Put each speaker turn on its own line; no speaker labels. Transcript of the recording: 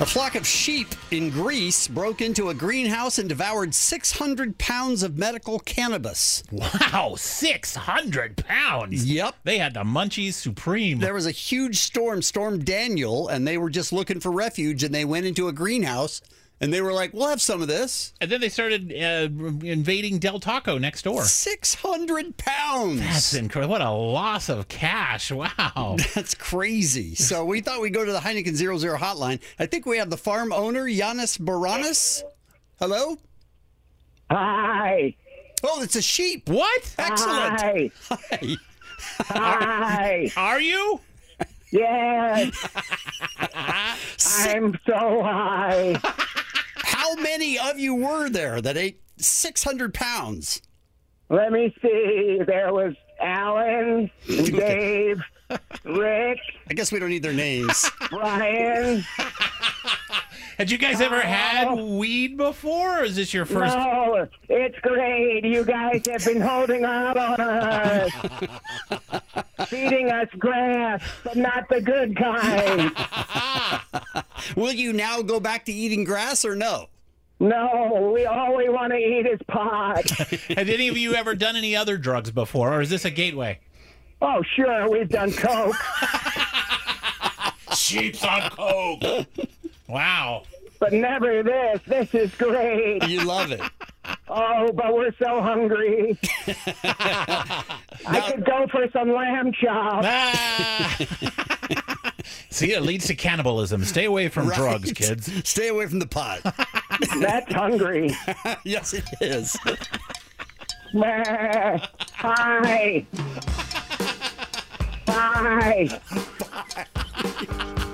A flock of sheep in Greece broke into a greenhouse and devoured 600 pounds of medical cannabis.
Wow, 600 pounds.
Yep.
They had the munchies supreme.
There was a huge storm, Storm Daniel, and they were just looking for refuge and they went into a greenhouse and they were like, we'll have some of this.
and then they started uh, invading Del Taco next door.
600 pounds.
That's incredible. What a loss of cash. Wow.
That's crazy. So we thought we'd go to the Heineken 00 hotline. I think we have the farm owner, Giannis Baranis. Hello?
Hi.
Oh, it's a sheep.
what?
Excellent.
Hi.
Hi.
Hi.
Are you?
Yes, I'm so high.
How many of you were there that ate 600 pounds?
Let me see. There was Alan, Dave, Rick,
I guess we don't need their names.
Brian.
Had you guys ever had weed before, or is this your first?
Oh, it's great. You guys have been holding out on us, feeding us grass, but not the good kind.
Will you now go back to eating grass or no?
No, we all we want to eat is pot.
Had any of you ever done any other drugs before, or is this a gateway?
Oh, sure, we've done coke.
Sheep's on coke. Wow.
But never this. This is great.
You love it.
Oh, but we're so hungry. I could go for some lamb chops.
Ah. See, it leads to cannibalism. Stay away from
Right.
drugs, kids.
Stay away from the pot.
That's hungry.
yes, it is.
Meh. Hi. Hi.